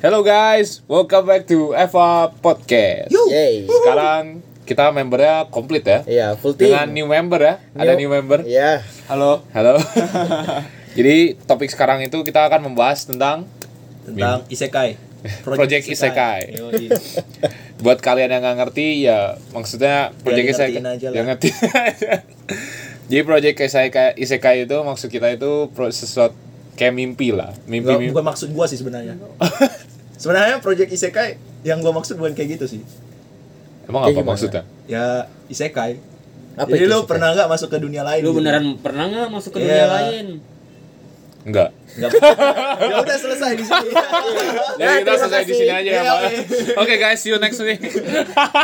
Hello guys, welcome back to Eva Podcast. Yay. Sekarang kita membernya komplit ya. Iya, full team. Dengan new member ya. Ada new member. Iya. Halo Halo. Jadi topik sekarang itu kita akan membahas tentang tentang isekai. Project Isekai. Yoi. buat kalian yang nggak ngerti ya maksudnya project isekai ngertiin aja lah. yang ngerti jadi project isekai, isekai itu maksud kita itu pro- sesuatu kayak mimpi lah mimpi Nggak, mimpi bukan maksud gua sih sebenarnya. sebenarnya project isekai yang gua maksud bukan kayak gitu sih. emang Kayak apa gimana? maksudnya Ya isekai. Apa Jadi itu lu isekai? pernah nggak masuk ke dunia lain? Lu gitu? beneran pernah nggak masuk Iya. ke dunia lain? enggak Nggak. ya udah selesai di sini. Jadi kita terima selesai di kasih. sini aja ya, Iya, Pak. oke. Oke guys, see you next week.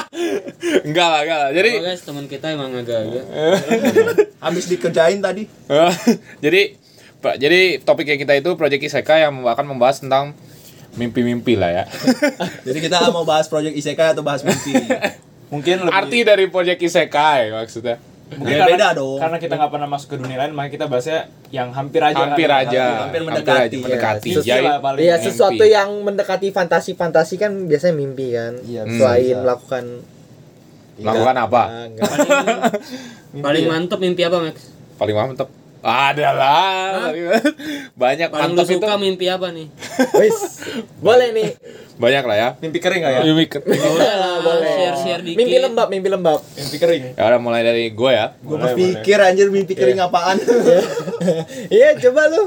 enggak lah, enggak lah. Jadi Oh, guys, teman kita emang agak-agak. Habis dikerjain tadi. jadi Pak, jadi topik yang kita itu Project Isekai yang akan membahas tentang mimpi-mimpi lah ya. Jadi kita mau bahas project isekai atau bahas mimpi? mungkin lebih Arti dari Project Isekai maksudnya. mungkin Ya, beda dong. Nah, karena kita nggak pernah masuk ke dunia lain makanya kita bahasnya yang hampir aja Hampir kan? aja, hampir mendekati. mendekati. Ya, Jadi- lah, paling Iya, mimpi. sesuatu yang mendekati fantasi-fantasi kan biasanya mimpi kan. Iya, bisa, Selain bisa. melakukan Melakukan apa? Ah, enggak. Paling mantep mimpi apa, Max? Paling mantep. Adalah. Banyak Paling mantep lu itu. suka mimpi apa nih? Wis. Boleh nih. Banyak lah ya. mimpi kering nggak ya Yumi ke- Boleh lah, boleh. share-share dikit. Mimpi lembab, mimpi lembab. mimpi kering Ya udah mulai dari gue ya. Gua Boleh, mau pikir anjir mimpi kering apaan? Iya, coba lu.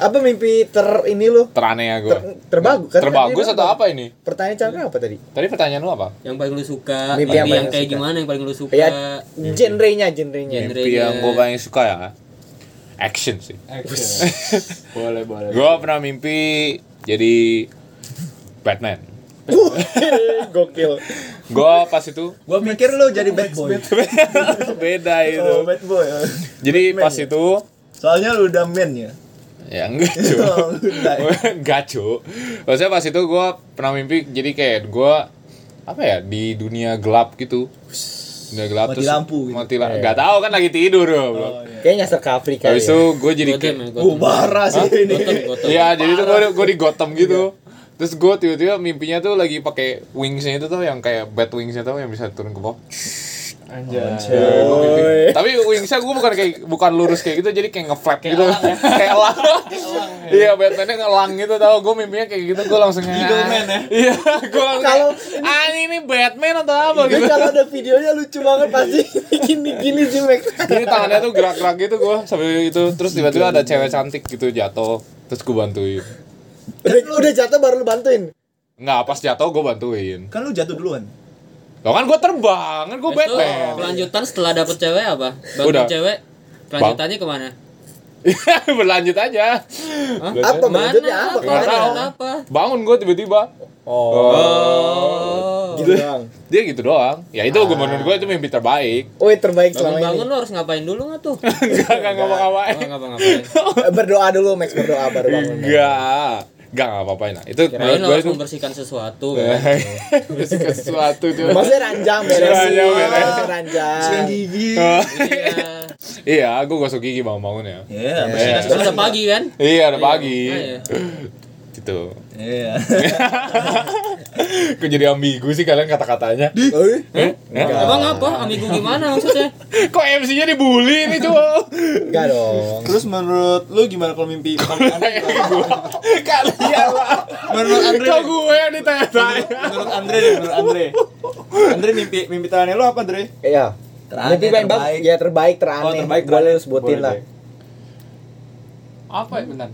Apa mimpi ter ini lu? Teraneh ya gue. Ter, terbagus kan? Terbagus atau apa ini? Pertanyaan cara apa tadi? Tadi pertanyaan lu apa? Yang paling lu suka, Mimpi apa mimpi, yang yang kayak suka? gimana yang paling lu suka? Ya, Eh, genrenya, genrenya. Gen- Mimpi Genrenya. yang gue paling suka ya action sih. Action. boleh boleh Gue pernah mimpi jadi Batman. Wuh, Gokil. Gue pas itu Gua mikir lu jadi bad boy. beda itu. Oh, ya? bad boy. Jadi pas itu Soalnya lu udah man ya. ya enggak cu. Oh, lu udah. enggak cu. Maksudnya pas itu gue pernah mimpi jadi kayak gue apa ya di dunia gelap gitu. Dunia gelap Mati terus lampu gitu. Mati lampu. Enggak tahu kan lagi tidur bro. Oh, iya. Kayaknya nyasar ke Afrika. Habis ya. itu gue jadi Gotham kayak- ya, Gotham. Wah, parah sih ini. Gotham, Gotham. Iya, jadi tuh gue gue di Gotham gitu. Terus gue tiba-tiba mimpinya tuh lagi pakai wingsnya itu tuh yang kayak bat wingsnya tuh yang bisa turun ke bawah. anjay Gua mimpi. Tapi wingsnya gue bukan kayak bukan lurus kayak gitu, jadi kayak ngeflap gitu, kayak elang. Iya, Batmannya ngelang gitu tau. Gue mimpinya kayak gitu, gue langsung kayak. Middleman ya? Iya, gue langsung. Kalau Kalau ah ini, ini Batman atau apa Ini gitu. kalau ada videonya lucu banget pasti gini-gini sih Max. Jadi tangannya tuh gerak-gerak gitu gue sambil itu terus tiba-tiba ada cewek cantik gitu jatuh terus gue bantuin. Udah, udah jatuh baru lu bantuin. Nggak, pas jatuh gue bantuin. Kan lu jatuh duluan. Lo kan gue terbang, kan gue Terus tuh, Batman. Kelanjutan setelah dapet cewek apa? Udah. Bantu cewek. Kelanjutannya kemana? Berlanjut aja. Apa maksudnya apa? Apa? Nggak tahu. Ada apa? Bangun gue tiba-tiba. Oh, Oh. gitu doang. Dia gitu doang. Ya Ah. itu gue menurut gue itu mimpi terbaik. Woi terbaik selama Bangun-bangun ini. lu harus ngapain dulu nggak tuh? Enggak enggak ngapa-ngapain. Oh, ngapa-ngapain. Eh, Berdoa dulu Max berdoa baru bangun. Enggak. Enggak ngapa-ngapain lah. Itu Kirain menurut lu gue harus itu membersihkan sesuatu. Iya. kan? Bersihkan sesuatu tuh. Maksudnya ranjang beresin. Ranjang beresin. Maksudnya ranjang. Siang kan gigi. Iya. Oh. Iya, gue gosok gigi bangun-bangun ya. Iya, Iya. bersihkan Terus udah pagi kan? Iya, udah pagi. Iya. Gitu. Iya. Kok jadi ambigu sih kalian kata-katanya? Eh? Oi, Abang apa? Amigo gimana maksudnya? Kok MC-nya dibully nih, cowok? Enggak dong. terus menurut lu gimana kalau mimpi paling aneh Kalian lah. menurut Andre Kok gue yang ditanya-tanya? menurut Andre deh, menurut Andre Andre mimpi mimpi teraneh lu apa Andre Iya. Teraneh, Mimpi main bab terbaik. ya terbaik teraneh. Oh, terbaik, boleh teraneh. lu sebutin Boleh lah. deh. apa ya bentar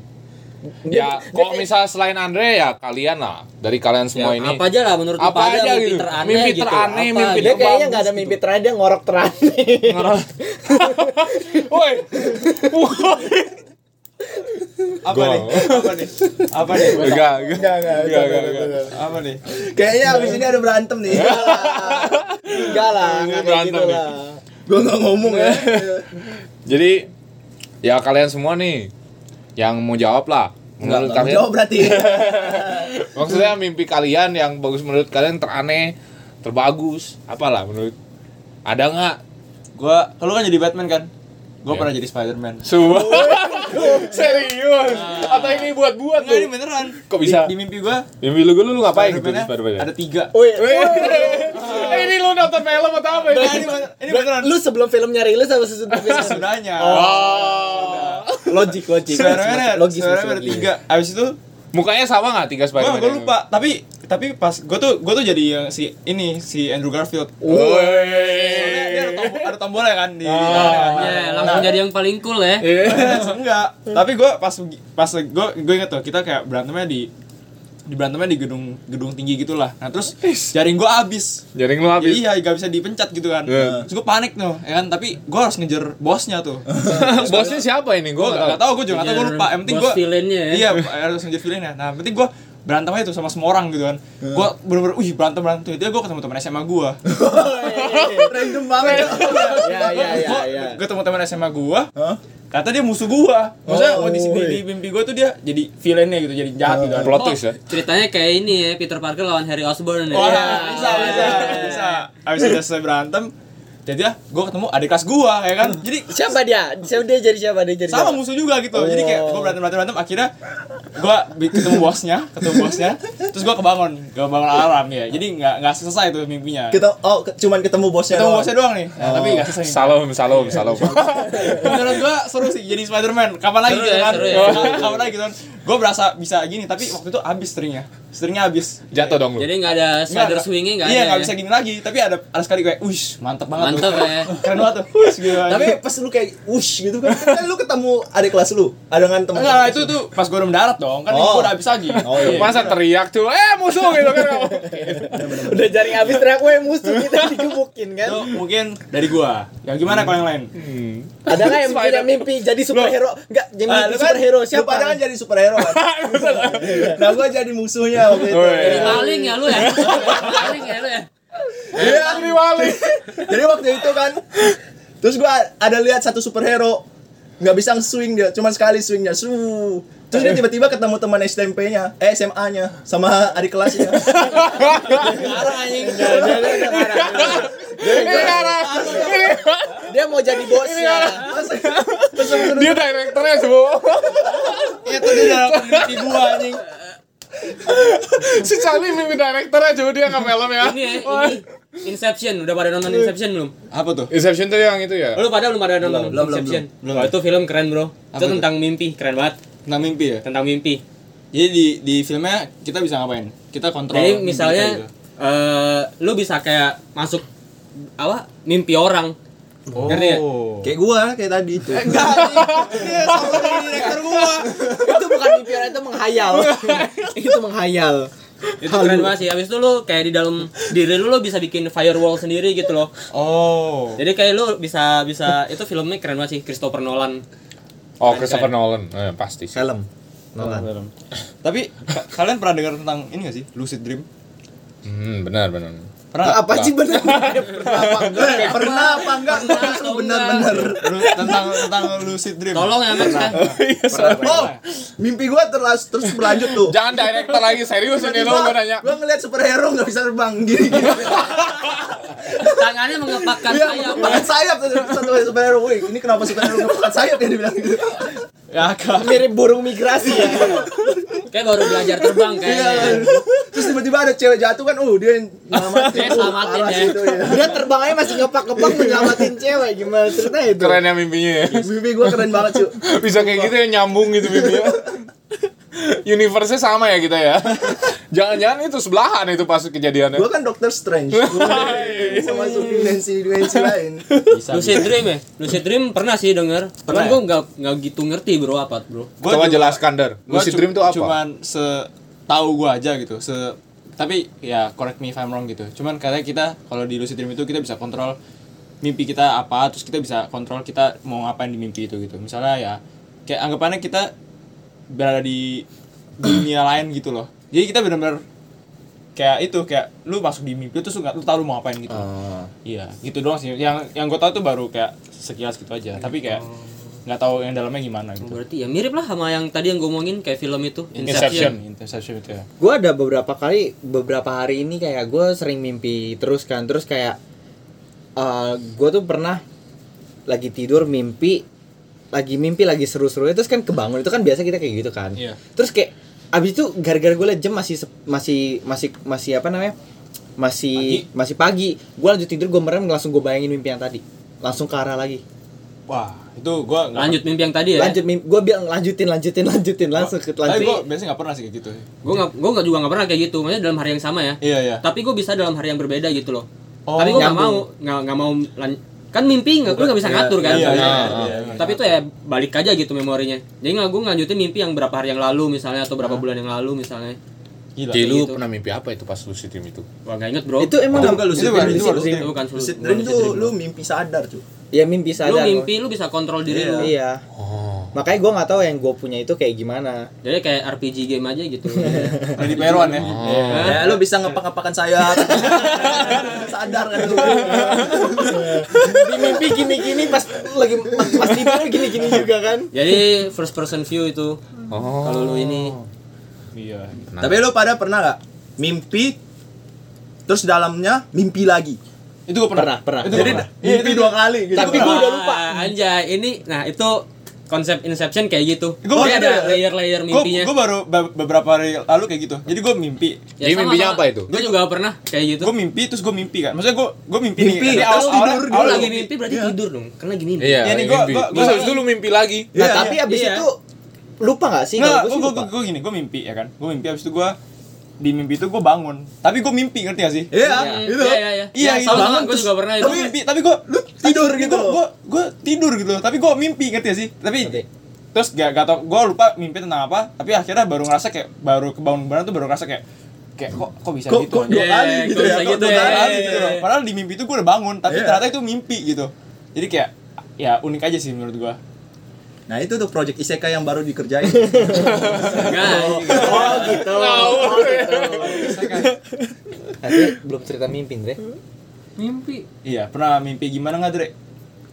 ya kalau misal selain Andre ya kalian lah dari kalian semua Oh, Ya, ini apa aja lah menurut Apa aja mimpi gitu. teraneh Mimpi gitu. teraneh, Apa mimpi gitu. Dia kayaknya enggak ada mimpi teraneh, dia ngorok teraneh. Ngerol- woi woi apa Gua. nih apa nih apa nih enggak enggak enggak, Enggak, enggak, enggak, enggak. apa nih Kayaknya abis ini ada berantem nih. Enggak lah, enggak kayak Berantem gitu nih. lah. Gua nggak ngomong ya. jadi ya kalian semua nih yang mau jawab lah menurut Nggak kalian jawab berarti. maksudnya mimpi kalian yang bagus menurut kalian teraneh terbagus apalah menurut ada nggak gua kalau kan jadi Batman kan Gue pernah jadi Spider-Man. Semua. Serius. Atau ini buat-buat Nah. Enggak ini lu? beneran. Kok bisa? Di, di mimpi gue Mimpi lu lu, lu ngapain gitu di ada Spider-Man? tiga. Woi, Eh, ini lu nonton film atau apa Nah, ini? ini, bener- ini beneran. lu sebelum filmnya rilis apa sesudahnya? Sesudahnya. Oh. logik, logik. Spider-Man ada, logis, iya. Spider-Man ada logis. tiga. Abis itu, Mukanya sama nggak tiga gue Spider-Man? gue lupa. Tapi tapi pas gue tuh gue tuh jadi yang si ini si Andrew Garfield. Soalnya dia ada, Woi. tombol, ada tombolnya kan di. Oh. Ah. tangannya kan. Nah, Ya, langsung jadi yang paling cool ya. enggak tapi gue pas pas gue gue inget tuh kita kayak berantemnya di di berantemnya di gedung gedung tinggi gitulah nah terus jaring gue abis Jaring lu habis. Iya, gak bisa dipencat gitu kan. Iya. Terus gue panik tuh, ya kan. Tapi gue harus ngejar bosnya tuh. Bosnya siapa ini? gue Gue gak, nggak tau, gue juga gak tau, gue Ngejar lupa. Yang penting bos gue. villainnya ya. Iya, harus ngejar villainnya. Nah, yang penting gue berantem aja tuh sama semua orang gitu kan. Hmm. Gue bener-bener, wih berantem berantem. Itu gue ketemu teman SMA gue. Random banget. Iya, Ya, ya, ya, ya. Gue ketemu teman SMA gue. Hah? Kata dia musuh gua. Maksudnya Oh, di, di, di mimpi gua tuh dia jadi villainnya gitu, jadi jahat gitu. Plot twist ya. Ceritanya kayak ini ya, Peter Parker lawan Harry Osborn ya. Wah, Iya. bisa, bisa, bisa. Abis itu selesai berantem, jadi ya gua ketemu adik kelas gua ya Hmm. kan. Jadi Siapa dia? Siapa dia jadi siapa dia jadi? Iya. sama siapa? musuh juga gitu. Jadi kayak Oh. gua berantem berantem berantem akhirnya gua bi- ketemu bosnya, ketemu bosnya. Terus gua kebangun, gua bangun alarm ya. Jadi nggak nggak selesai tuh mimpinya. Kita oh ke- cuman ketemu bosnya. Ketemu doang. bosnya doang nih. Oh. Nah, tapi nggak selesai. Salam, salam, salam. Menurut gua seru sih jadi Spider-Man. Kapan lagi Seru gitu ya, kan? seru ya. Kapan lagi gitu kan? Gua berasa bisa gini tapi waktu itu habis stringnya. Stringnya habis. Jatuh dong lu. Jadi nggak ada spider Nggak, swingnya nggak ada. Iya, nggak ya? bisa gini lagi. Tapi ada ada sekali kayak, "Wish, mantep banget." Mantep tuh." ya. Keren banget tuh. Wish gitu. Tapi pas lu kayak wush gitu kan, kan lu ketemu adik kelas lu, adangan teman. enggak itu tuh pas gue udah mendarat dong. Kan Oh. ini gua udah habis lagi. Oh, iya. Masa teriak tuh, eh musuh gitu kan. Udah jaring Iya. habis teriak weh musuh kita digebukin kan. Itu mungkin dari gua. Ya gimana kalau yang lain? Ada nggak yang punya mimpi jadi superhero? Enggak, jadi Ah, mimpi lu kan- superhero lu siapa? pada kan jadi superhero kan. nah, gua jadi musuhnya waktu itu. Oh, iya. Jadi maling ya lu ya. maling ya lu ya. Iya, ini wali. Jadi waktu itu kan terus gua ada lihat satu superhero nggak bisa swing dia, cuman sekali swingnya. Su. Terus dia tiba-tiba ketemu teman SMP-nya, eh SMA-nya sama adik kelasnya. Parah anjing. Ini arah. Ini Dia mau jadi bosnya. dia direkturnya semua. Iya, Itu dia dalam mimpi gua anjing. Si Charlie mimpi direkturnya coba dia nggak film ya. Ini ya, ini Inception, udah pada nonton Inception belum? Apa tuh? Inception tuh yang itu ya. Lu pada belum pada nonton Belum, belum, Inception? Wah, itu film keren, Bro. Apa itu itu? tentang mimpi, keren banget. Tentang mimpi ya. Tentang mimpi. Jadi di di filmnya kita bisa ngapain? Kita kontrol. Jadi mimpi kita misalnya gitu. eh lu bisa kayak masuk apa? Mimpi orang. Ngerti ya? kayak gua kayak tadi itu. Iya. itu bukan mimpi orang itu menghayal itu menghayal Itu keren banget sih. Habis itu lu kayak di dalam diri lu lu bisa bikin firewall sendiri gitu loh. Oh. Jadi kayak lu bisa bisa itu filmnya keren banget sih Christopher Nolan. Oh, Christopher Nolan. Eh, pasti sih. Film. Nolan. Tapi ka- kalian pernah dengar tentang ini gak sih? Lucid dream? Hmm, benar benar. Pernah? nggak? apa sih benar Eh, pernah apa enggak? atau Benar-benar. Lu- tentang tentang lucid dream. Tolong ya Mas. ya. Oh, mimpi gua terus terus berlanjut tuh. Jangan director lagi serius ini lo Tiba-tiba gue nanya. Gua ngeliat superhero nggak bisa terbang gini. gini. Tangannya mengepakkan Dia sayap. mengepakkan sayap satu satu superhero. Wih, ini kenapa superhero mengepakkan sayap ya dibilang gitu. Ya, kak. mirip burung migrasi ya Kayak baru belajar terbang kayaknya. Terus tiba-tiba ada cewek jatuh kan, uh dia yang nyelamatin. Dia selamatin Parah ya. sih itu, ya. dia terbang aja masih ngepak-ngepak menyelamatin cewek gimana cerita itu Keren ya mimpinya. ya. Mimpi gua keren banget, cu. Bisa kayak gitu ya nyambung gitu mimpinya. Universe-nya sama ya kita ya. Jangan-jangan itu sebelahan itu pas kejadiannya. Gua kan Doctor Strange. Oh, Gua kan iya, bisa masuk dimensi-dimensi lain. Lucid dream ya? Lucid dream pernah sih denger. Cuman ya? gue nggak nggak gitu ngerti bro apa bro. Gua Coba juga- jelaskan, Dar. Gua Lucid cu- dream itu apa? Cuman se tahu gua aja gitu. Se tapi ya correct me if I'm wrong gitu. Cuman katanya kita kalau di lucid dream itu kita bisa kontrol mimpi kita apa, terus kita bisa kontrol kita mau ngapain di mimpi itu gitu. Misalnya ya kayak anggapannya kita berada di dunia lain gitu loh. Jadi kita benar-benar kayak itu kayak lu masuk di mimpi terus lu nggak lu tahu lu mau ngapain gitu. Ah. Iya, gitu doang sih. Yang yang gua tahu tuh baru kayak sekilas gitu aja. Tapi kayak nggak tahu yang dalamnya gimana gitu. Berarti ya mirip lah sama yang tadi yang gue omongin kayak film itu Inception. Inception itu ya. gue ada beberapa kali beberapa hari ini kayak gue sering mimpi terus kan terus kayak eh gue tuh pernah lagi tidur mimpi lagi mimpi lagi seru-seru terus kan kebangun itu kan biasa kita kayak gitu kan Iya. terus kayak abis itu gara-gara gue liat jam masih sep- masih masih masih apa namanya masih masih pagi gue lanjut tidur gue merem langsung gue bayangin mimpi yang tadi langsung ke arah lagi Wah, itu gua nggak- Lanjut mimpi yang tadi ya. lanjut gue bilang lanjutin lanjutin lanjutin langsung ke Tapi lanjut gua biasanya nggak pernah sih kayak gitu. Gue nggak gue nggak juga nggak pernah kayak gitu. Maksudnya dalam hari yang sama ya. Iya, iya. Tapi gue bisa dalam hari yang berbeda gitu loh. Oh, Tapi gue nggak nyambung. mau nggak nggak mau lan- kan mimpi nggak gue nggak bisa Iya, ngatur kan. iya, iya, iya, iya. Tapi itu ya balik aja gitu memorinya. Jadi nggak gue lanjutin mimpi yang berapa hari yang lalu misalnya atau berapa bulan yang lalu misalnya. Gila. Jadi lu gitu. pernah mimpi apa itu pas lucid dream itu? Wah nggak inget bro. itu emang Itu bukan lucid Itu dream, bukan- lucid itu bukan lucid dream. dream. bukan sul- Lucid bukan dream lucid tuh dream. lu mimpi sadar cuy. ya mimpi lu sadar gua. mimpi lu bisa kontrol diri lu. iya Oh. makanya gue nggak tahu yang gue punya itu kayak gimana Jadi kayak RPG game aja gitu. Jadi peruan ya. Oh. Ya lu bisa ngepak-ngepakan sayap. sadar kan lu. di mimpi gini-gini pas lagi pas tidur gini-gini juga kan Jadi first person view itu Hmm. Oh. kalau lu ini Iya. Nah. Tapi lu pada pernah gak mimpi terus dalamnya mimpi lagi? Itu gua pernah. Pernah, pernah. Itu Jadi, gua pernah. Iya, Mimpi dua kali gitu. Tapi gua udah lupa. Wah, Ah, Anjay, ini nah itu konsep inception kayak gitu. Gua Jadi baru- ada layer-layer Gua, mimpinya. gua baru be- beberapa hari lalu kayak gitu. Jadi gua mimpi. Ya, Jadi mimpinya apa itu? Gue juga pernah kayak gitu. Kan Gua mimpi terus gua mimpi kan. Maksudnya gua gua mimpi, Mimpi, nih. Jadi terus awal- awal- tidur, gitu? awal Kalau lagi gua- mimpi berarti tidur dong, kan lagi mimpi. Iya, Iya, nih, ini gua- mimpi. gua- Terus gua- habis itu lu mimpi lagi. nah Iya, tapi iya, abis iya. itu lupa nggak sih Nggak, kalau gue gue sih lupa gini, gue mimpi ya kan. Gue mimpi abis itu gue di mimpi itu gue bangun. Tapi gue mimpi ngerti gak sih? Iya, Iya, itu. iya, iya. Iya, Ya, gitu. sama-sama Bangun gue juga pernah itu. Tapi mimpi, tapi gue lu tidur gitu. Gue gue tidur gitu loh. Tapi gue mimpi ngerti gak sih? Tapi Oke. terus gak gak tau gue lupa mimpi tentang apa. Tapi akhirnya baru ngerasa kayak baru kebangun beneran tuh baru ngerasa kayak kayak kok kok bisa Kok- gitu kok anjing? dua kali Iya, gitu kok ya, bisa kok gitu dua ya. Padahal Iya, gitu iya, loh. iya. Padahal di mimpi itu gue udah bangun, tapi Iya. ternyata itu mimpi gitu. Jadi kayak ya unik aja sih menurut gue. Nah, itu tuh project isekai yang baru dikerjain. Enggak. oh gitu Tahu. tapi belum cerita mimpi Dre mimpi Iya, pernah mimpi gimana nggak Dre?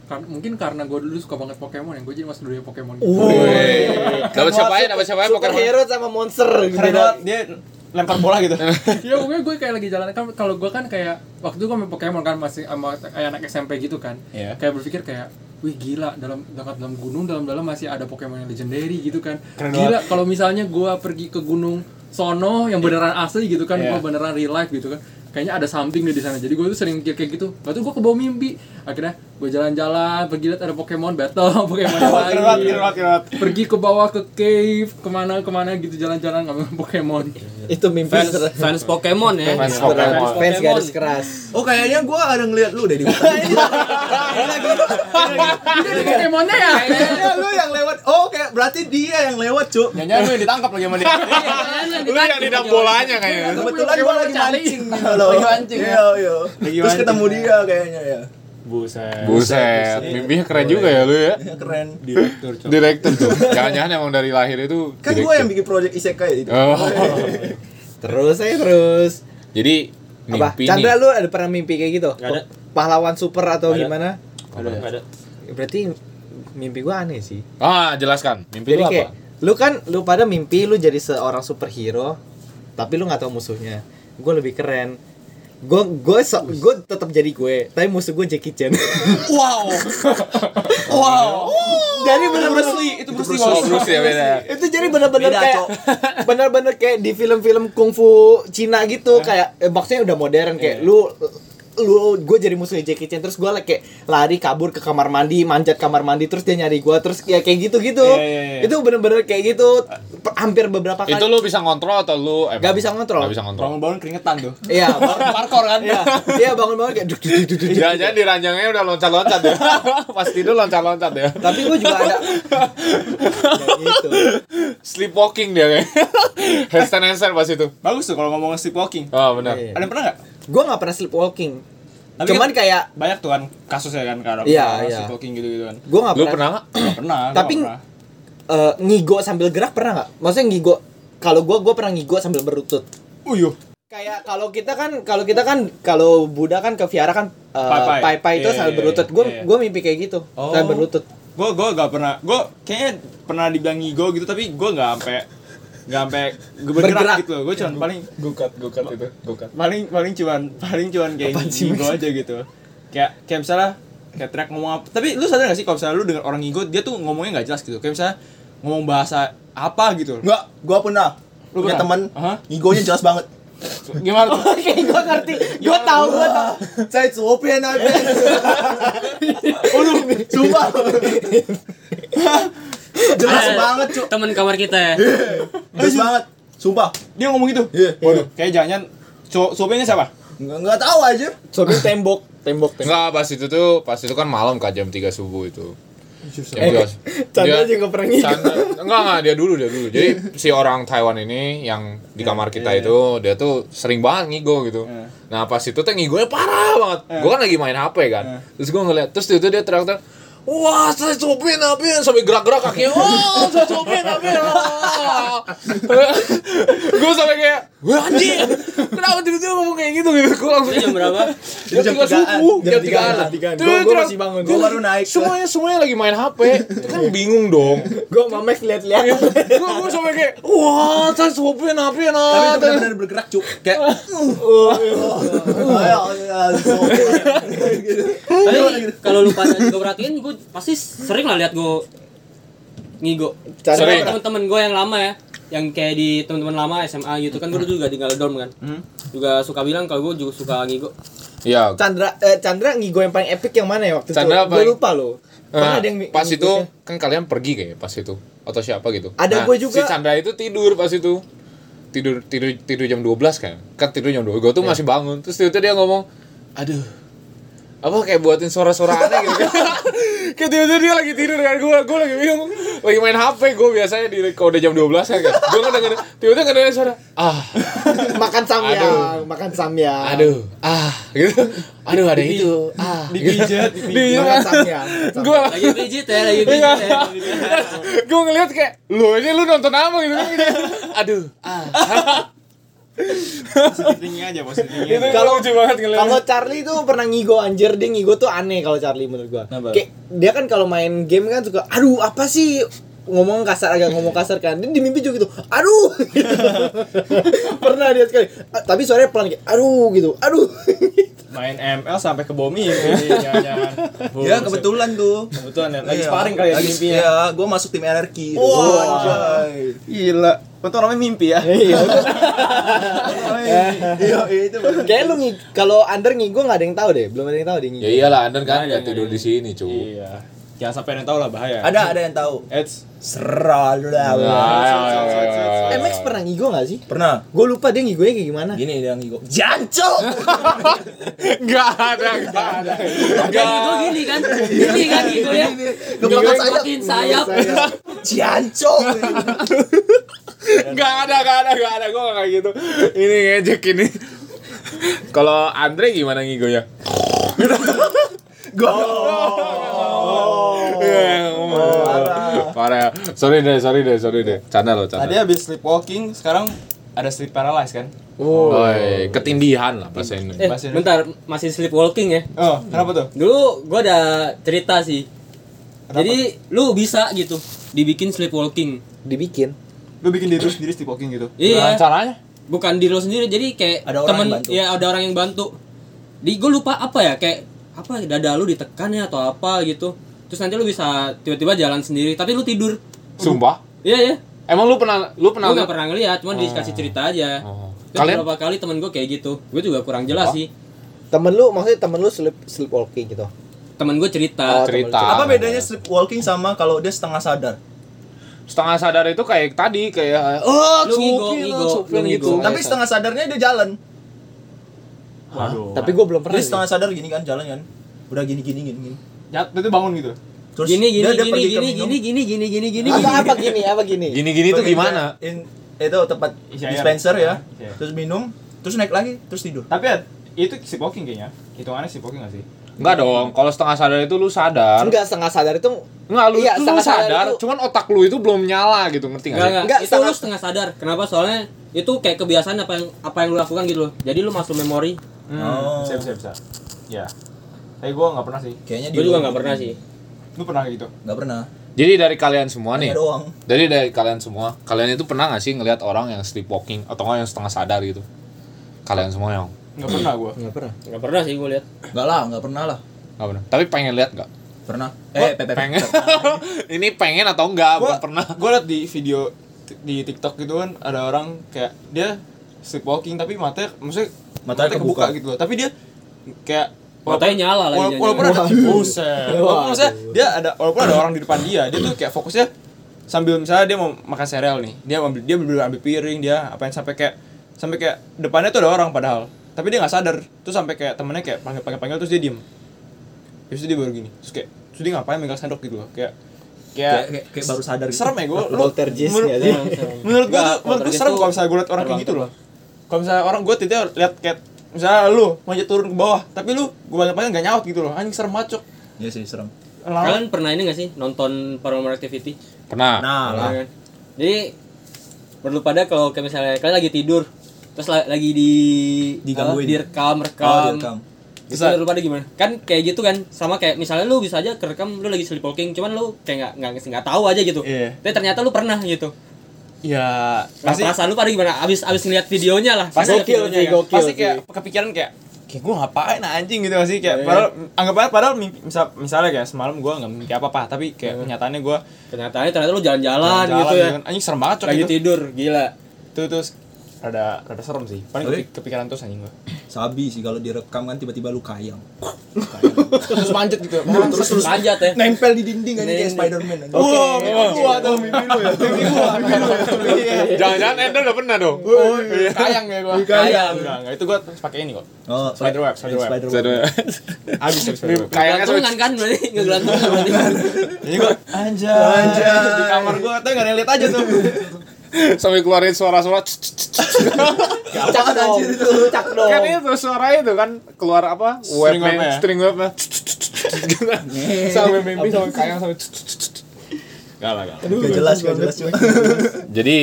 Kar- mungkin karena gue dulu suka banget Pokemon yang gue jadi mas dulu Pokemon gitu. Oh. Wih. Dapat siapain? Dapat siapain Pokemon? superhero sama monster gitu. Keren banget dia lempar bola gitu. ya pokoknya gue kayak lagi jalan kan kalau gue kan kayak waktu itu gue main Pokemon kan masih sama kayak anak SMP gitu kan Iya. kayak berpikir kayak wih gila dalam dekat dalam gunung dalam dalam masih ada Pokemon yang legendary gitu kan Keren gila kalau misalnya gue pergi ke gunung sono yang beneran asli gitu kan Iya. gue beneran real life gitu kan kayaknya ada something deh di sana jadi gue tuh sering mikir kayak gitu waktu gue kebawa mimpi akhirnya gue jalan-jalan pergi liat ada Pokemon battle Pokemon yang Keren banget, lain keren banget, keren banget. pergi ke bawah ke cave kemana kemana gitu jalan-jalan ngambil Pokemon itu mimpi Fans ser- fans Pokemon ya. Fans fans, Pokemon. fans Pokemon. garis keras oh, kayaknya gua ada ngeliat lu deh di mana. Pokemonnya ya Kayaknya lu yang lewat. Oh, kayak berarti dia yang lewat, Cuk. Ya, Jangan-jangan lu yang ditangkap lagi sama dia. Iya, Lu yang didam bolanya kayaknya. Kebetulan gua lagi mancing gitu loh. Lagi mancing, ya? Iya, iya. Lagi Terus mancing, ketemu ya. dia kayaknya ya. Buset. Buset, mimpinya keren juga ya lu ya. Ya, Keren. Direktur cok. Direktur tuh. Jangan-jangan emang dari lahir itu Kan gua yang bikin project isekai ya, itu. Oh. terus saya terus Jadi apa mimpi Chandra nih. lu ada pernah mimpi kayak gitu Nggak ada. pahlawan super atau gimana Nggak ada. berarti mimpi gua aneh sih Ah, jelaskan. Mimpi jadi lu kayak apa? lu kan lu pada mimpi lu jadi seorang superhero tapi lu nggak tahu musuhnya gue lebih keren gue gue gue tetap jadi gue tapi musuh gue Jackie Chan Wow. wow. jadi bener-bener itu Bruce Lee. Oh, Bruce ya beda. itu jadi bener-bener Beda, kayak Cok. bener-bener kayak di film-film kungfu Cina gitu Iya. kayak eh, maksudnya udah modern kayak lu lu gue jadi musuhnya Jackie Chan terus gue kayak lari kabur ke kamar mandi manjat kamar mandi terus dia nyari gue terus ya kayak gitu gitu Iya, iya, iya. itu bener-bener kayak gitu per- hampir beberapa kali Itu lu bisa ngontrol atau lu emang? Nggak bisa ngontrol. Oh. Nggak bisa ngontrol. Bangun-bangun keringetan tuh. Iya, bangun- Parkor kan. Iya. Iya, iya bangun-bangun kayak duk, duk, duk, duk, duk, duk. Jangan-jangan di ranjangnya udah loncat-loncat ya. Pas tidur loncat-loncat ya. Tapi gue juga ada Kayak gitu. Sleepwalking dia kayak. Handstand handstand pas itu. Bagus tuh kalau ngomongin sleepwalking. Oh, benar. Iya. Ada yang pernah nggak? Gue gak pernah sleepwalking. Tapi Cuman kan- kayak Banyak tuh kan kasusnya kan kalau Iya, orang iya. sleepwalking gitu-gitu kan. gue Lu gak pernah, pernah nggak? Nggak pernah. gua Tapi- nggak pernah. eh, ngigo sambil gerak pernah gak? Maksudnya ngigo kalau gue gue pernah ngigo sambil berlutut. iya. Uyuh. Kayak kalau kita kan kalau kita kan kalau Buddha kan ke Viara kan eh, Pai-pai. pai-pai itu Iya, sambil iya, berlutut. iya, Gue iya. gue mimpi kayak gitu. Oh. Sambil berlutut. Gue gue nggak pernah. Gue kayaknya pernah dibilang ngigo gitu tapi gue nggak sampai nggak sampai bergerak, Bergerak. Iya. gitu loh. Gue cuman paling Gukat, gukat itu. Gukat. paling paling cuman paling cuman kayak ngigo aja gitu. Kayak kayak misalnya kayak teriak ngomong apa tapi lu sadar gak sih kalau misalnya lu denger orang ngigo dia tuh ngomongnya nggak jelas gitu kayak misalnya ngomong bahasa apa gitu Enggak, gua pernah. Lu punya pernah? teman, Aha. ngigonya jelas banget. gimana tuh Oke, gue ngerti. Gue tahu, gue tahu. Saya cupin aja. Aduh, sumpah. jelas Ada banget, Cuk. Temen kamar kita ya. Jelas banget. Sumpah. dia ngomong gitu Iya. waduh kayak jangan cowok sopirnya siapa Enggak enggak tahu aja. Sobir tembok, Iya. tembok, tembok. Enggak, pas itu tuh, pas itu kan malam kak jam 3 subuh itu. Eh, Jam 3. Chandra juga pernah ngikut. Chandra- Enggak, enggak, dia dulu, dia dulu. Jadi si orang Taiwan ini yang di kamar kita itu, dia tuh sering banget ngigo gitu. Nah, pas itu tuh ngigonya parah banget. Gue kan lagi main HP kan. Terus gue ngeliat, terus itu dia teriak-teriak, Wah, saya copin apin sampai gerak-gerak kakinya. Wah, saya copin apin. gue sampai kayak, wah anjing, kenapa tiba-tiba ngomong kayak gitu gitu? Gue langsung Itu jam berapa? Jam Jam tiga tigaan, subuh, jam jam tigaan, tigaan. jam tigaan. Tuh, Gua- gua terus masih bangun. gua Gua baru naik. Semuanya semuanya lagi main HP. Itu kan bingung dong. Gue sama Max liat-liat. Gue gue sampai kayak wah, saya suapin apa ya Tapi itu Ah, nah. benar-benar bergerak, Cuk. Kayak Oh, iya, ayo, ayo, cupin. Gitu. Tapi kalau lu pada juga perhatiin gue pasti sering lah lihat gue ngigo. Chandra Sering. Sering kan temen-temen gue yang lama ya, yang kayak di temen-temen lama SMA gitu kan gue juga tinggal dorm kan. Juga suka bilang kalau gue juga suka ngigo. Iya. Chandra, eh, Chandra ngigo yang paling epic yang mana ya waktu Chandra itu? Gue paling- lupa loh. Pernah Eh, Nah, ada yang ngi- pas itu ngigosnya? kan kalian pergi kayaknya pas itu atau siapa gitu. Nah, Ada gua juga. Si Chandra itu tidur pas itu. Tidur tidur tidur jam 12 kan. Kan tidur jam 12. Gue tuh masih bangun. Terus tiba-tiba dia ngomong, "Aduh, apa kayak buatin suara-suara aneh gitu kayak tiba-tiba dia lagi tidur kan gue gue lagi bingung lagi main HP gue biasanya di kalau udah jam 12 kan gue ngedenger tiba-tiba ngedenger suara ah makan samyang, Aduh. makan samyang. aduh ah gitu aduh ada itu ah Iya. dipijat, gitu. Makan dipijat samyang. gue Lagi pijit ya, Iya. lagi pijit ya. lagi pijit ya. gue ngeliat kayak lo ini lu nonton apa gitu kan aduh ah positifnya aja Iya, positifnya itu kalau lucu banget ngeliat Kalau Charlie tuh pernah ngigo anjir, dia ngigo tuh aneh kalau Charlie menurut gua. Kenapa? Kayak dia kan kalau main game kan suka aduh apa sih ngomong kasar agak ngomong kasar kan dia di mimpi juga gitu aduh pernah dia sekali Ah, tapi suaranya pelan kayak aduh gitu aduh main ML sampai ke bomi jangan-jangan Ya kebetulan tuh. Iya, kebetulan ya. lagi Iya. sparring kali ya di Lagi- mimpi ya Iya, gua masuk tim anarki. Wah. anjay. gila untung namanya mimpi ya Iya, itu baru. kayak lu ngi- kalau under ngigo nggak ada yang tahu deh belum ada yang tahu deh ngigo ya iyalah Anden kan Ada, nggak tidur ada. di sini cuy iya jangan sampai ada yang tahu lah bahaya Ada ada yang tahu. Eits Iya. Serala. Eh, Max pernah ngigo nggak sih Pernah. gue lupa dia ngigonya kayak gimana Gini dia ngigo. Jancok. Gak ada, gak ada. Jadi gue gini kan, gini kan gitu ya. Gebrakan sayap. Makin sayap. Jancok. Gak ada, gak ada, gak ada. Gue gak kayak gitu. Ini ngejek ini. Kalau Andre gimana ya? ngigonya? Go. Iya, Parah. Sorry deh, sorry deh, sorry deh. Canda lo, tadi canda. habis sleepwalking sekarang ada sleep paralysis kan Woi, ketindihan lah bahasa Eh, ini. bentar, masih sleepwalking ya. oh kenapa tuh Dulu gue ada cerita sih. Jadi lu bisa gitu dibikin sleepwalking. dibikin lu bikin diri lu sendiri sleepwalking gitu Iya. caranya? bukan diri lo sendiri jadi kayak Ada orang temen yang bantu. ya ada orang yang bantu di gue lupa apa ya kayak apa dada lu ditekan ya atau apa gitu terus nanti lu bisa tiba-tiba jalan sendiri tapi lu tidur Sumpah. iya ya Emang lu pernah lu gue pernah nggak pernah ngeliat cuma dikasih cerita aja Oh. Terus Kalian- beberapa kali temen gue kayak gitu gue juga kurang jelas sih temen lu maksudnya temen lu sleep sleepwalking gitu temen gue cerita cerita. Ah. Apa bedanya sleepwalking sama kalau dia setengah sadar? Setengah sadar itu kayak tadi kayak oh, Lu ngigo, cupin, cupin ngigo, lu gitu. Oh, ngigo. iya. Tapi setengah sadarnya dia jalan. waduh tapi gue belum pernah Dia sih. setengah sadar gini kan jalan kan. Udah gini gini gini. gini. jatuh itu bangun gitu Terus gini gini dia, dia gini pergi ke gini minum. gini gini gini gini gini apa gini. apa gini apa gini Gini-gini tuh Pergi ke gimana? in- itu tempat Isi air. dispenser ya. Isi air. Terus minum, terus naik lagi, terus tidur. tapi ya, itu sleepwalking kayaknya hitungannya sleepwalking gak sih Enggak dong, kalau setengah sadar itu lu sadar. enggak setengah sadar itu Enggak, lu, Iya, lu setengah sadar sadar, itu- cuman otak lu itu belum nyala gitu, ngerti gak Enggak, sih? enggak. Enggak, itu setengah- lu setengah sadar. Kenapa? Soalnya itu kayak kebiasaan apa yang apa yang lu lakukan gitu loh. Jadi lu masuk memori. hmm. Oh. bisa bisa bisa ya tapi gue gak pernah sih Kayaknya Gue juga nggak pernah sih. lu pernah kayak gitu Enggak pernah. Jadi dari kalian semua nih, Tanya Iya doang. jadi dari kalian semua, kalian itu pernah gak sih ngelihat orang yang sleepwalking atau enggak yang setengah sadar gitu? Kalian semua yang gak pernah gue enggak pernah Enggak pernah sih gue lihat. Enggak lah, enggak pernah lah. Nggak pernah. Tapi pengen lihat nggak? Pernah. Eh, pepe. Pengen. Ini pengen atau enggak? gua Bukan pernah. gua liat di video t- di TikTok gitu kan ada orang kayak dia sleepwalking tapi matanya maksudnya Matanya kebuka. gitu loh tapi dia kayak Matanya nyala lagi, walaupun, walaupun ada nyanyi. buset Waduh. walaupun maksudnya dia ada walaupun ada orang di depan dia dia tuh kayak fokusnya sambil misalnya dia mau makan sereal nih dia ambil dia bener ambil piring dia apain sampai kayak sampai kayak depannya tuh ada orang padahal tapi dia nggak sadar terus sampai kayak temennya kayak panggil panggil panggil terus dia diem terus dia baru gini terus kayak terus dia ngapain megang sendok gitu loh kayak Kayak, kayak kayak- kayak baru sadar gitu. serem ya gue Poltergeist nggak sih? menurut gue Nggak, menurut gue poltergeist serem tuh kalau misalnya gue liat orang kayak terbang gitu loh kalau misalnya orang gue titiknya liat kayak misalnya lu manjat turun ke bawah tapi lu gue banyak banyak gak nyaut gitu loh anjing serem Kan? macok Iya sih, serem. lawan Kalian pernah ini gak sih nonton Paranormal Activity? Pernah. Nah, lah. Iya kan? Jadi perlu pada kalau kayak misalnya kalian lagi tidur terus la- lagi di Digangguin. apa, direkam Oh, rekam. direkam. Itu menurut pada gimana? Kan kayak gitu kan sama kayak misalnya lu bisa aja kerekam lu lagi sleepwalking cuman lu kayak nggak nggak nggak tahu aja gitu. Iya. Tapi ternyata lu pernah gitu. ya Nah, perasaan lu pada gimana? Abis abis ngeliat videonya lah. Gokil pasti ada videonya sih, kan. gokil pasti sih. Iya, kayak kepikiran kayak kayak gue ngapain anjing gitu sih kayak padahal anggap aja padahal mimpi, misal, misalnya kayak semalam gue nggak mimpi apa apa tapi kayak kenyataannya gue Iya. Kenyataannya ternyata lu jalan-jalan gitu ya. kan. anjing serem banget cok Lagi itu tidur, gila. tuh terus ada ada serem sih paling Tapi- kepi- kepikiran terus anjing gue Sabi sih kalau direkam kan tiba-tiba lu kayang. terus manjat gitu Terus terus Panjat ya. nempel di dinding aja kayak Nih, nih. Spider-Man anjing. Wah, gua tuh mimpi lu ya. Mimpi gua, mimpi lu ya. Jangan-jangan Ender udah pernah dong. Iya. Kayang ya gua. Kayang. Enggak, enggak. Itu gua terus pakai ini kok. Oh, Spiderweb, Spider- Spiderweb. Spiderweb. Habis habis. Spiderweb. Kayaknya tuh Gelantungan kan berarti nggak gelantungan berarti. Ini gua anjay. Di kamar gua tuh enggak ada yang lihat aja tuh. sampai keluarin suara-suara. cut, cut, cut, cut. Cak dong. Cak dong. Kan itu suara itu kan keluar apa? String webnya ya? Webnya, string webnya. Cut, cut, cut, cut, gitu kan. Sampai mimpi sampai kayang sampai. cut, cut, cut, cut. Enggak lah, enggak lah. Gak jelas, gak jelas. cuy. Jadi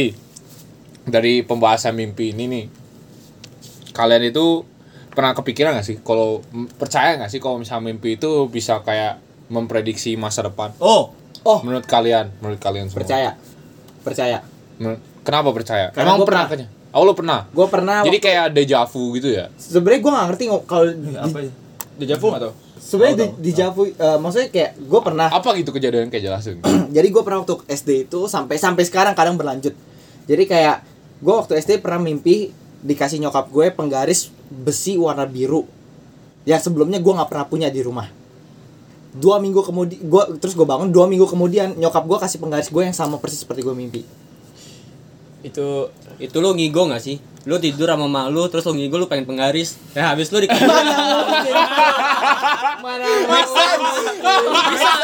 dari pembahasan mimpi ini nih, kalian itu pernah kepikiran gak sih? Kalau m- percaya gak sih kalau misalnya mimpi itu bisa kayak memprediksi masa depan? Oh, Oh, Menurut kalian, menurut kalian semua. percaya. Percaya. Menurut- kenapa percaya? Karena Emang gua pernah? pernah. kayaknya? Oh lo pernah? Gue pernah Jadi kayak deja vu gitu ya? sebenarnya gue gak ngerti ngo- kalau di- ya? Dejavu enggak tuh? sebenarnya Tahu, di, di Javu eh, maksudnya kayak gue pernah Apa gitu kejadian kayak jelasin? jadi gue pernah waktu SD itu sampai sampai sekarang kadang berlanjut jadi kayak gue waktu SD pernah mimpi dikasih nyokap gue penggaris besi warna biru yang sebelumnya gue nggak pernah punya di rumah dua minggu kemudian gue terus gue bangun dua minggu kemudian nyokap gue kasih penggaris gue yang sama persis seperti gue mimpi Itu Itu lu ngigo gak sih? Lu tidur sama emak lu terus lu ngigo lu pengen penggaris. Nah, habis lu dikasih mana Make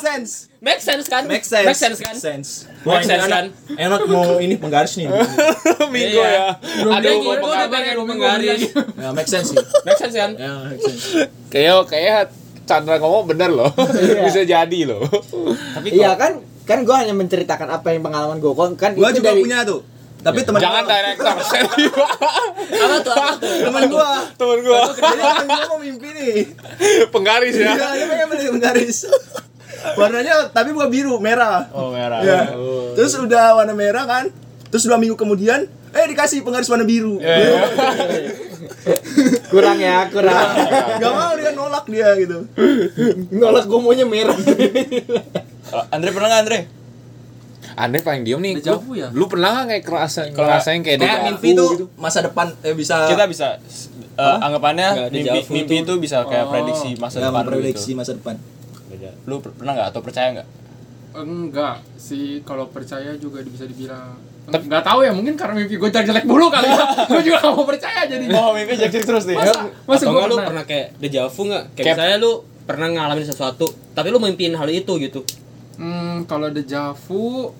sense. Make sense kan? Make sense. Make sense kan? Sense. Make sense kan? Enak mau ini penggaris nih. Minggu ya. Ada Ada yang gua ngigo udah pengen penggaris. Ya, make sense sih. Make sense kan? Ya, make sense. Kayak kayak Chandra ngomong bener loh. Iya. Bisa jadi loh. tapi iya kan kan gue hanya menceritakan apa yang pengalaman gue kan Gua itu juga dari- punya tuh. Tapi teman Jangan director serius. Apa tuh? Apa tuh? teman gua. Temen gua Jadi temen gua mau mimpi nih. penggaris Iya, ya. dia pengen beli penggaris. Warnanya tapi bukan biru, merah. oh merah. Ya. Terus udah warna merah kan? Terus dua minggu kemudian, eh dikasih penggaris warna biru. kurang ya kurang Gak mau dia nolak dia gitu. nolak gue maunya merah Oh, Andre pernah enggak Andre? Andre paling diem nih. Deja Lu- vu ya? Lu pernah nggak kayak kerasa ngerasain kayak deja Kayak mimpi vu tuh gitu? masa depan eh, bisa Kita bisa s- eh, Nggak, anggapannya dejavu mimpi, mimpi itu bisa kayak Oh. prediksi masa ya, depan lu memprediksi gitu. masa depan. Lu per- pernah enggak atau percaya enggak? Enggak sih, kalau percaya juga bisa dibilang Enggak tahu ya, mungkin karena mimpi gue jelek-jelek dulu kali ya Gue juga gak mau percaya jadi Oh, mimpi jadi terus nih. Masa, masa Atau gue nggak lu pernah pernah kayak deja vu nggak? Kayak Kayak- misalnya lu pernah ngalamin sesuatu, tapi lu mimpiin hal itu gitu. Hmm, kalau deja vu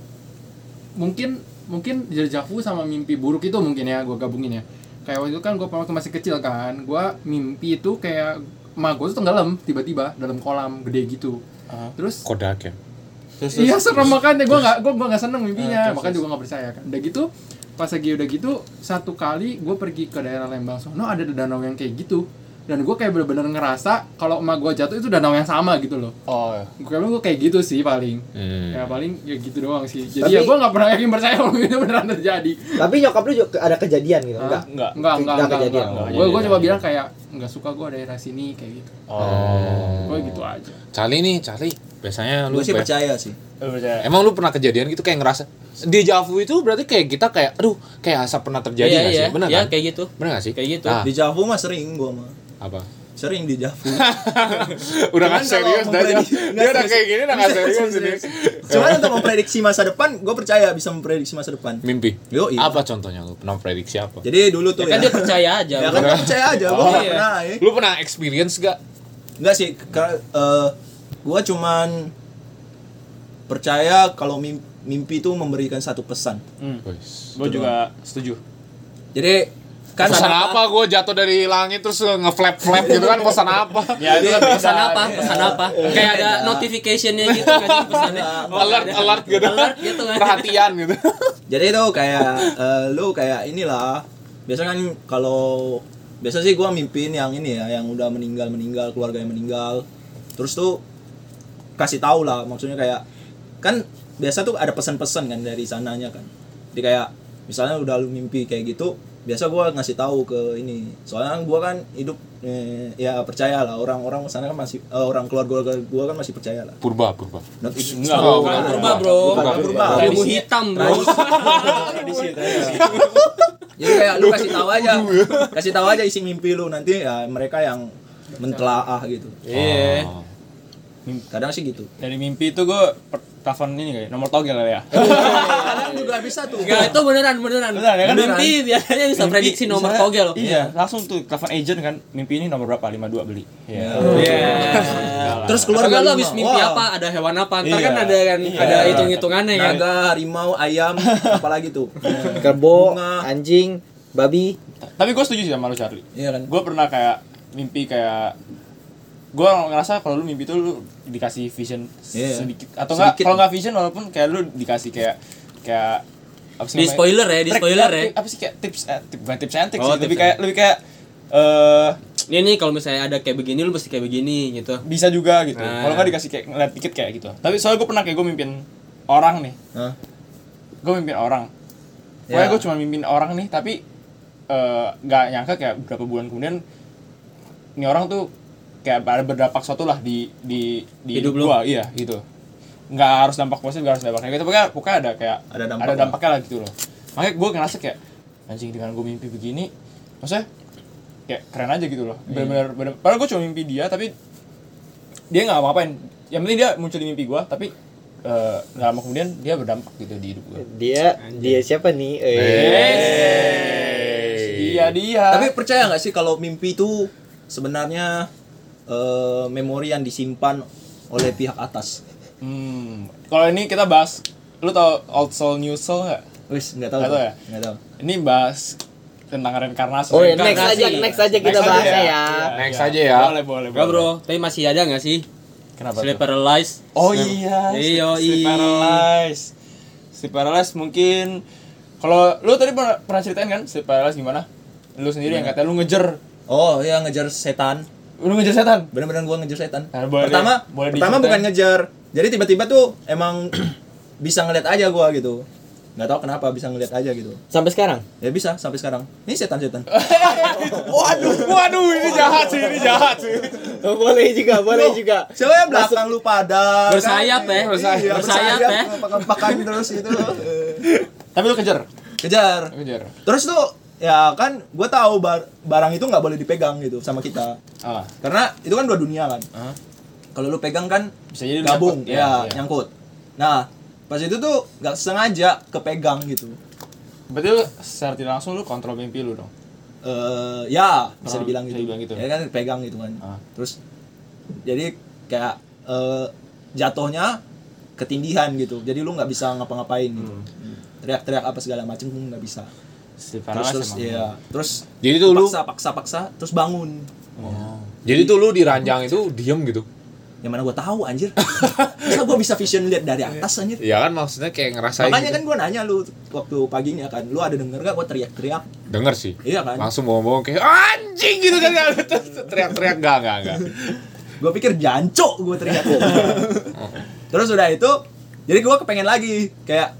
mungkin mungkin deja vu sama mimpi buruk itu mungkin ya gue gabungin ya. Kayak waktu itu kan gue waktu masih kecil kan, gue mimpi itu kayak ma gue tuh tenggelam tiba-tiba dalam kolam gede gitu. Ah. Terus Kodak ya. Terus terus. Iya serem makanya gue nggak gue gue nggak seneng mimpinya Nah, terus, makanya terus. juga nggak percaya kan. Udah gitu pas lagi udah gitu satu kali gue pergi ke daerah Lembang sono ada danau yang kayak gitu. dan gue kayak bener-bener ngerasa kalau emak gue jatuh itu danau yang sama gitu loh Oh, ya. gue kayak gue kayak gitu sih paling Hmm. ya paling ya gitu doang sih jadi Tapi- ya gue nggak pernah yakin percaya kalau itu beneran terjadi Tapi nyokap lu juga ada kejadian gitu, enggak? enggak. enggak enggak Nggak enggak kejadian. enggak Nggak gue gue kejadian. coba bilang kayak nggak suka gue daerah sini kayak gitu Oh. gue gitu aja Cali nih, Cali. Biasanya lu Gue sih pe- percaya sih. Lu iya. percaya? Emang lu pernah kejadian gitu kayak ngerasa deja vu itu berarti kayak kita kayak aduh kayak asap pernah terjadi Iya, nggak iya. sih? Benar Iya, kan? kayak gitu. Benar nggak sih? Kayak gitu. Nah, Di Javu mah sering gue mah. apa? Sering di Javu. Udah nggak Cuman kalau serius dah memprediksi- Dia Dia nggak udah serius. kayak gini udah nggak serius ini. Cuman untuk memprediksi masa depan, gue percaya bisa memprediksi masa depan. Eh, Mimpi. Yo, iya. Apa contohnya lu? Pernah prediksi apa? Jadi dulu tuh Kan ya. dia percaya aja. Ya kan gua percaya aja, gue Oh, nggak iya. pernah. eh. Lu pernah experience gak? Enggak sih, karena gue cuman percaya kalau mim- mimpi itu memberikan satu pesan. Hmm. Gue juga setuju. Jadi kan pesan ada- apa gue jatuh dari langit terus nge-flap-flap gitu kan pesan apa? Ya, itu kan pesan apa? Pesan apa? Kayak ada notification-nya gitu nggak sih pesannya? alert alert gitu. Alert gitu kan. Perhatian gitu. Jadi itu kayak eh, lu kayak inilah. Biasa kan kalau biasa sih gua mimpiin yang ini ya, yang udah meninggal meninggal keluarga yang meninggal. Terus tuh kasih tahu lah maksudnya kayak kan biasa tuh ada pesan-pesan kan dari sananya kan. Jadi kayak misalnya udah lu mimpi kayak gitu, biasa gua ngasih tahu ke ini. Soalnya kan gua kan hidup eh, ya percaya lah orang-orang sana kan masih eh, orang keluarga gua kan masih percaya lah. Purba, purba. Not- Enggak, Oh, bukan. bukan. Purba, bro. Bukan purba. Ilmu hitam, bro. Jadi kayak lu kasih tahu aja, kasih tahu aja isi mimpi lu nanti ya mereka yang mentelaah gitu. Iya. Oh. Kadang sih gitu. Dari mimpi itu gue telepon ini kayak nomor togel ya. Kadang juga bisa tuh. Enggak, itu beneran, beneran. Beneran, ya kan? Mimpi biasanya bisa Mimpi, prediksi nomor misalnya- togel. Iya, langsung tuh telepon agent kan. Mimpi ini nomor berapa? 52 beli. Iya. Terus keluar Keluarga lu habis mimpi apa? Ada hewan apa? Ntar Iya. kan ada kan Iya. Nah, ada hitung-hitungannya kan. Naga, harimau, ayam, apalagi tuh. Kerbau, Bunga. anjing, babi. Tapi gue setuju sih sama lu Charlie. Iya kan? Gue pernah kayak mimpi kayak gue ngerasa kalau lu mimpi tuh lu dikasih vision s- Iya. sedikit atau enggak Sedikit. kalau enggak vision walaupun kayak lu dikasih kayak kayak apa Di namanya? spoiler ya, di Trik- spoiler ya. trik- Apa sih kayak tips eh, tip, bukan tips and tricks Oh, sih, lebih tips kayak lebih kayak eh Ini nih kalau misalnya ada kayak begini lu mesti kayak begini gitu. bisa juga gitu. Nah. Kalau nggak dikasih kayak ngeliat dikit kayak gitu. Tapi soalnya gue pernah kayak gue mimpin orang nih. Hah? Gue mimpin orang. Pokoknya Ya. gue cuma mimpin orang nih, tapi eh, nggak nyangka kayak beberapa bulan kemudian ini orang tuh kayak ada berdampak suatu lah di di di Hidup lu. gua, iya gitu. Nggak harus dampak positif, nggak harus dampak negatif. Pokoknya, pokoknya ada kayak Ada dampak lah. dampaknya lah gitu loh. Makanya gue ngerasa kayak anjing dengan gue mimpi begini, maksudnya kayak keren aja gitu Iya. loh. Bener-bener, bener padahal gue cuma mimpi dia, tapi dia nggak ngapain yang penting dia muncul di mimpi gue tapi eh, nggak lama kemudian dia berdampak gitu di hidup gue Dia dia siapa nih? Eh. dia dia Tapi percaya nggak sih kalau mimpi itu sebenarnya eh, memori yang disimpan oleh pihak atas? hmm, kalau ini kita bahas lu tau old soul new soul nggak Wis, nggak tahu. Nggak tahu tuh. ya? Nggak tahu. ini bahas tentang reinkarnasi Oh, ya, next Reinkarnasi. aja, next aja kita Next aja bahasnya ya. ya. Next aja ya. boleh boleh Enggak, boleh. bro. Tapi masih ada nggak sih? kenapa Sleep tuh? paralyzed. Oh iya, Iya, sleep iya. paralysis. Sleep paralysis mungkin kalau lu tadi pernah, pernah ceritain kan sleep paralysis gimana? Lu sendiri yang katanya lu ngejer, Oh, ya ngejar setan. lu ngejer setan. bener-bener gua ngejar setan Nah, boleh pertama di- boleh pertama diceritain. bukan ngejar jadi tiba-tiba tuh emang bisa ngeliat aja gua gitu nggak tahu kenapa bisa ngeliat aja gitu Sampai sekarang. ya bisa sampai sekarang ini setan-setan Waduh, ini jahat sih, ini jahat sih. Oh, boleh juga, boleh juga. siapa yang belakang lu pada Bersayap eh. ya. Iya, Bersayap ya. pakan-pakan terus itu Tapi lu kejar. kejar Kejar. terus tuh ya kan gua tahu bar- barang itu nggak boleh dipegang gitu sama kita Ah, karena itu kan dua dunia kan Hah? kalau lu pegang kan bisa jadi lu gabung nyangkut. ya, iya. nyangkut nah pas itu tuh nggak sengaja kepegang gitu Berarti lu secara tidak langsung lu kontrol mimpi lu dong. eh ya bisa Ah, dibilang bisa gitu. dibilang gitu. Ya kan pegang gitu kan. Ah. Terus jadi kayak eh, jatuhnya ketindihan gitu. Jadi lu nggak bisa ngapa-ngapain gitu. Hmm. Teriak-teriak apa segala macem lu nggak bisa. Terus terus Sleep paralysis emang. iya. Terus Jadi tuh lu- paksa, paksa paksa terus bangun. Jadi tuh lu di ranjang itu diem gitu. Yang mana gua tahu anjir. Masa gua bisa vision lihat dari atas anjir. Ya kan maksudnya kayak ngerasain. Makanya gitu. kan gua nanya lu waktu paginya kan, lu ada denger gak gua teriak-teriak? denger sih Iya kan? langsung bohong-bohong kayak anjing gitu kan Terus teriak-teriak enggak enggak enggak gue pikir jancok gue teriak terus udah itu jadi gue kepengen lagi kayak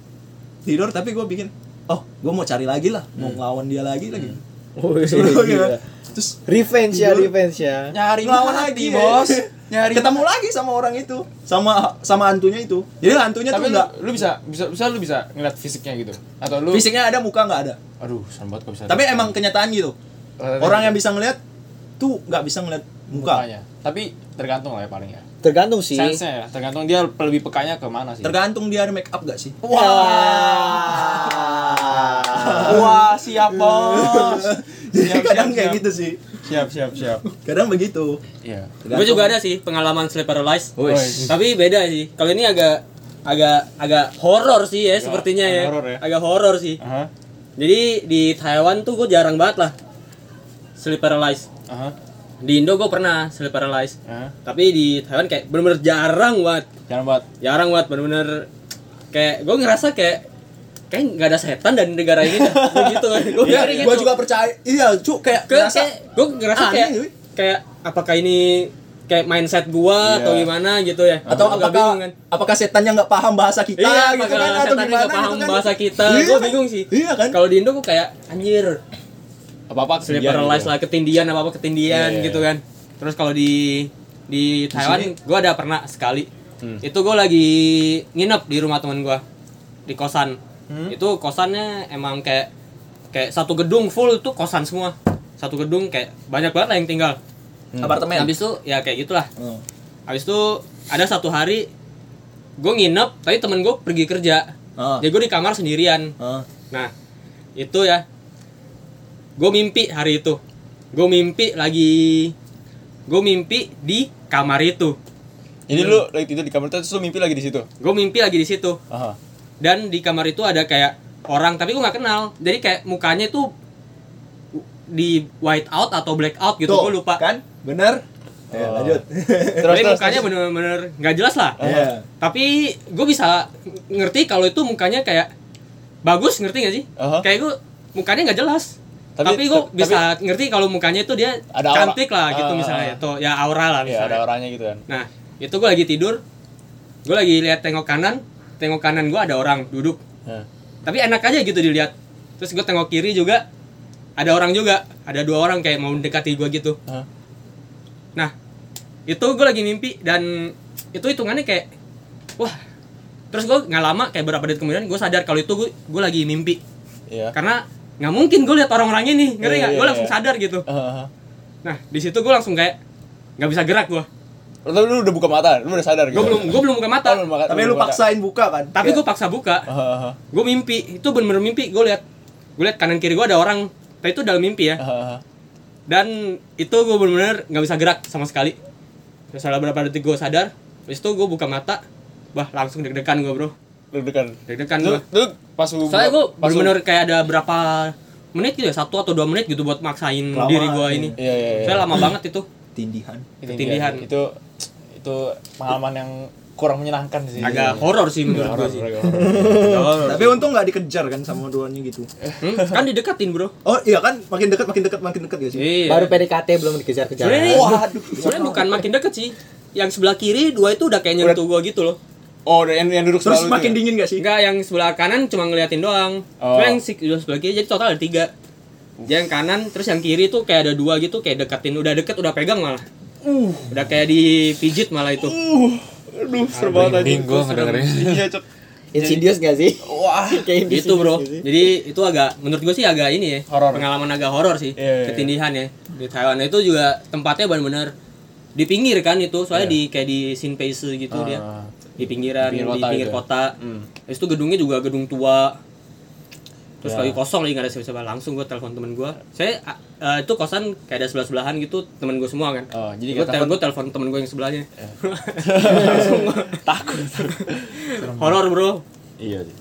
tidur tapi gue bikin oh gue mau cari lagi lah mau ngelawan dia lagi lagi Oh, Seru gitu. terus Revenge ya, revenge ya. iya. Nyari ngelawan mati, lagi bos. nyari ketemu lagi sama orang itu sama sama hantunya itu jadi hantunya tuh Tapi lu, enggak lu bisa bisa bisa lu bisa ngeliat fisiknya gitu. Atau lu fisiknya ada muka nggak ada Aduh, serem banget kok bisa. tapi emang kenyataan gitu Rata-rata orang gitu. yang bisa ngeliat tuh nggak bisa ngeliat muka mukanya. Tapi tergantung lah ya paling ya. Tergantung sih. Sense-nya ya, tergantung dia lebih pekanya ke mana sih. tergantung dia ada make up gak sih Wah, siap, Bos. jadi Siap, kadang siap, kayak siap. gitu sih siap, siap, siap. kadang begitu Iya. Gue juga ada sih pengalaman sleep paralysis. Wes. Tapi beda sih. Kalau ini agak agak agak horor sih ya sepertinya agak ya. horor ya. Agak horor sih. Aha. Jadi di Taiwan tuh gue jarang banget lah sleep paralysis. Aha. Di Indo gue pernah sleep paralysis. Aha. Tapi di Taiwan kayak bener-bener jarang banget. Jangan buat Jarang banget bener-bener kayak gue ngerasa kayak kayak nggak ada setan dan negara ini dah. begitu kan. Gue Iya, gue juga percaya. Iya, cu kayak Ke- ngerasa kayak gue ngerasa aneh, kayak cuy. kayak apakah ini kayak mindset gua Iya. atau gimana gitu ya atau Gua nggak apakah bingung kan. apakah setannya nggak paham bahasa kita iya gitu apakah kan atau setan ini gimana nggak paham gitu kan. bahasa kita Iya gua kan? bingung sih Iya kan? kalau di Indo gua kayak anjir apa-apa sleep ketinggian paralysis gitu. lah ketindian apa apa ketindian Iya, iya, gitu iya. kan terus kalau di di Taiwan sini- gua ada pernah sekali Hmm. itu gua lagi nginep di rumah teman gua di kosan Hmm? itu kosannya emang kayak kayak satu gedung full tuh kosan semua satu gedung kayak banyak banget lah yang tinggal Apartemen. habis itu ya kayak gitulah Oh. Habis itu ada satu hari gue nginep, tapi temen gue pergi kerja. Oh. Ah. Jadi gue di kamar sendirian. Ah. Nah, itu ya. Gue mimpi hari itu. Gue mimpi lagi. Gue mimpi di kamar itu. Jadi lu lagi tidur di kamar terus lu mimpi lagi di situ. Gue mimpi lagi di situ. Aha. Dan di kamar itu ada kayak orang, tapi gue nggak kenal. Jadi kayak mukanya itu di white out atau black out gitu. Tuh, Gue lupa. Kan? Bener? Ya, lanjut. Terus, Tapi terus, Eh. mukanya bener-bener nggak jelas lah. Iya. Tapi gue bisa ngerti kalau itu mukanya kayak bagus ngerti gak sih? Aha. Kayak gue mukanya nggak jelas. Uh-huh. Tapi- Tapi, gue tapi- bisa ngerti kalau mukanya itu dia Ada aura. cantik lah gitu Ah. misalnya atau ya aura lah Iya, misalnya. ada orangnya gitu kan. Nah itu gue lagi tidur, gue lagi lihat tengok kanan, tengok kanan gue ada orang duduk. Nah. Tapi enak aja gitu dilihat. Terus gue tengok kiri juga ada orang juga, ada dua orang kayak mau mendekati gue gitu. Hah? Nah, itu gue lagi mimpi dan itu hitungannya kayak wah. Terus gue nggak lama kayak berapa detik kemudian gue sadar kalau itu gue gue lagi mimpi Iya. karena nggak mungkin gue lihat orang-orangnya nih ngerti Iya, nggak? iya, Gue langsung iya. sadar gitu. Aha. Nah di situ gue langsung kayak nggak bisa gerak gue. Tapi lu udah buka mata, lu udah sadar gitu. Gue belum gue belum buka mata. Oh, belum buka- Iya. Tapi belum lu buka. paksain buka kan? Tapi gue paksa buka. Aha, aha. Gue mimpi itu bener-bener mimpi. Gue lihat gue lihat kanan kiri gue ada orang. Tapi itu dalam mimpi ya. Aha, aha. dan itu gue bener-bener nggak bisa gerak sama sekali terus ada berapa detik gue sadar terus itu gue buka mata wah langsung deg-degan gue bro Lu dekan. deg-degan gue Lu lu pas lu soalnya gue pas lu- bener-bener kayak ada berapa menit gitu ya satu atau dua menit gitu buat maksain Kelamaan. diri gue ini Iya, iya, iya. soalnya lama banget itu Tindihan. Itu ketindihan. dia. Itu itu pengalaman yang kurang menyenangkan sih. agak horor sih menurut gue Horor, sih agak horor. Tapi untung nggak dikejar kan sama duanya gitu. Hmm, kan didekatin bro Oh iya kan, makin dekat makin dekat makin dekat ya sih. iya Baru PDKT belum dikejar-kejar. sebenarnya ini- Waduh. sebenarnya bukan makin deket sih yang sebelah kiri dua itu udah kayak nyentuh gue gitu loh Oh, udah yang, yang duduk Terus selalu makin itu ya? dingin gak sih? Enggak, yang sebelah kanan cuma ngeliatin doang. Oh. Cuma yang si- yang sebelah kiri jadi total ada tiga. Dia yang kanan, terus yang kiri tuh kayak ada dua gitu, kayak deketin, udah deket, udah pegang malah. Udah kayak dipijit malah itu. Aduh, serem banget aja. Merinding gua Serem. ngedengerinnya. Iya, Cok. Insidious gak sih? Wah. Kayak gitu insidious bro. nggak sih? Jadi itu agak, menurut gue sih agak ini ya, Horor. pengalaman agak horor sih, Iya, iya, iya. ketindihan ya. Di Taiwan itu juga tempatnya benar-benar di pinggir kan itu, soalnya di kayak di Shinpeise gitu dia, Iya. Ah. di pinggiran, Di di pinggir pinggir kota kota. gitu ya. Hmm. Terus itu gedungnya juga gedung tua. Terus Ya. lagi kosong lagi nggak ada siapa-siapa. Langsung gue telepon temen gue. Saya a- eh, itu kosan kayak ada sebelah sebelahan gitu temen gue semua kan. Oh, jadi gue kayak telepon takut. Iya. gue telepon temen gue yang sebelahnya. Langsung gua- takut. Horor bro. Iya sih.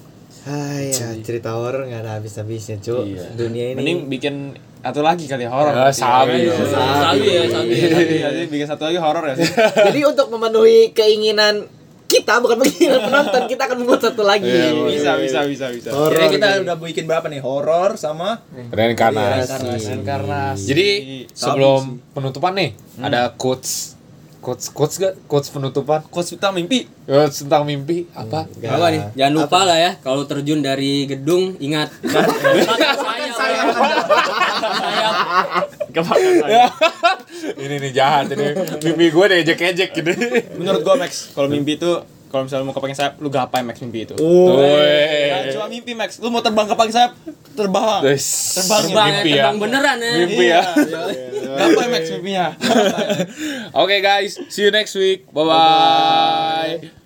Hai, ya, cerita horor gak ada habis-habisnya, cuy. Iya. Dunia ini. Mending bikin satu lagi kali ya, horor. Eh, sabi. Iya, Sabi. Sabi ya sabi. Iya, sabi. Jadi bikin satu lagi horor ya sih. Jadi untuk memenuhi keinginan kita kita bukan mengingat penonton kita akan membuat satu lagi Iya, boleh. bisa bisa bisa bisa horor Jadi Iya, kita udah bikin berapa nih? Horor sama Iya Reinkarnasi. reinkarnasi Jadi sebelum penutupan nih ada quotes quotes quotes gak quotes penutupan quotes tentang mimpi quotes tentang mimpi apa? Apa nih? Jangan lupa lah ya kalau terjun dari gedung ingat. Sayap. Sayap. ini nih jahat ini mimpi gue deh ejek ejek gitu. menurut gua Max kalau mimpi itu kalau misalnya mau ke pakai sayap lu gapai Max mimpi itu Nah, Woi. cuma mimpi Max lu mau terbang ke pakai sayap terbang Iya. Terus Terbang ya, Terbang, mimpi ya. terbang beneran ya. Mimpi ya. gapai Max iya. mimpinya Oke guys, see you next week. Bye bye.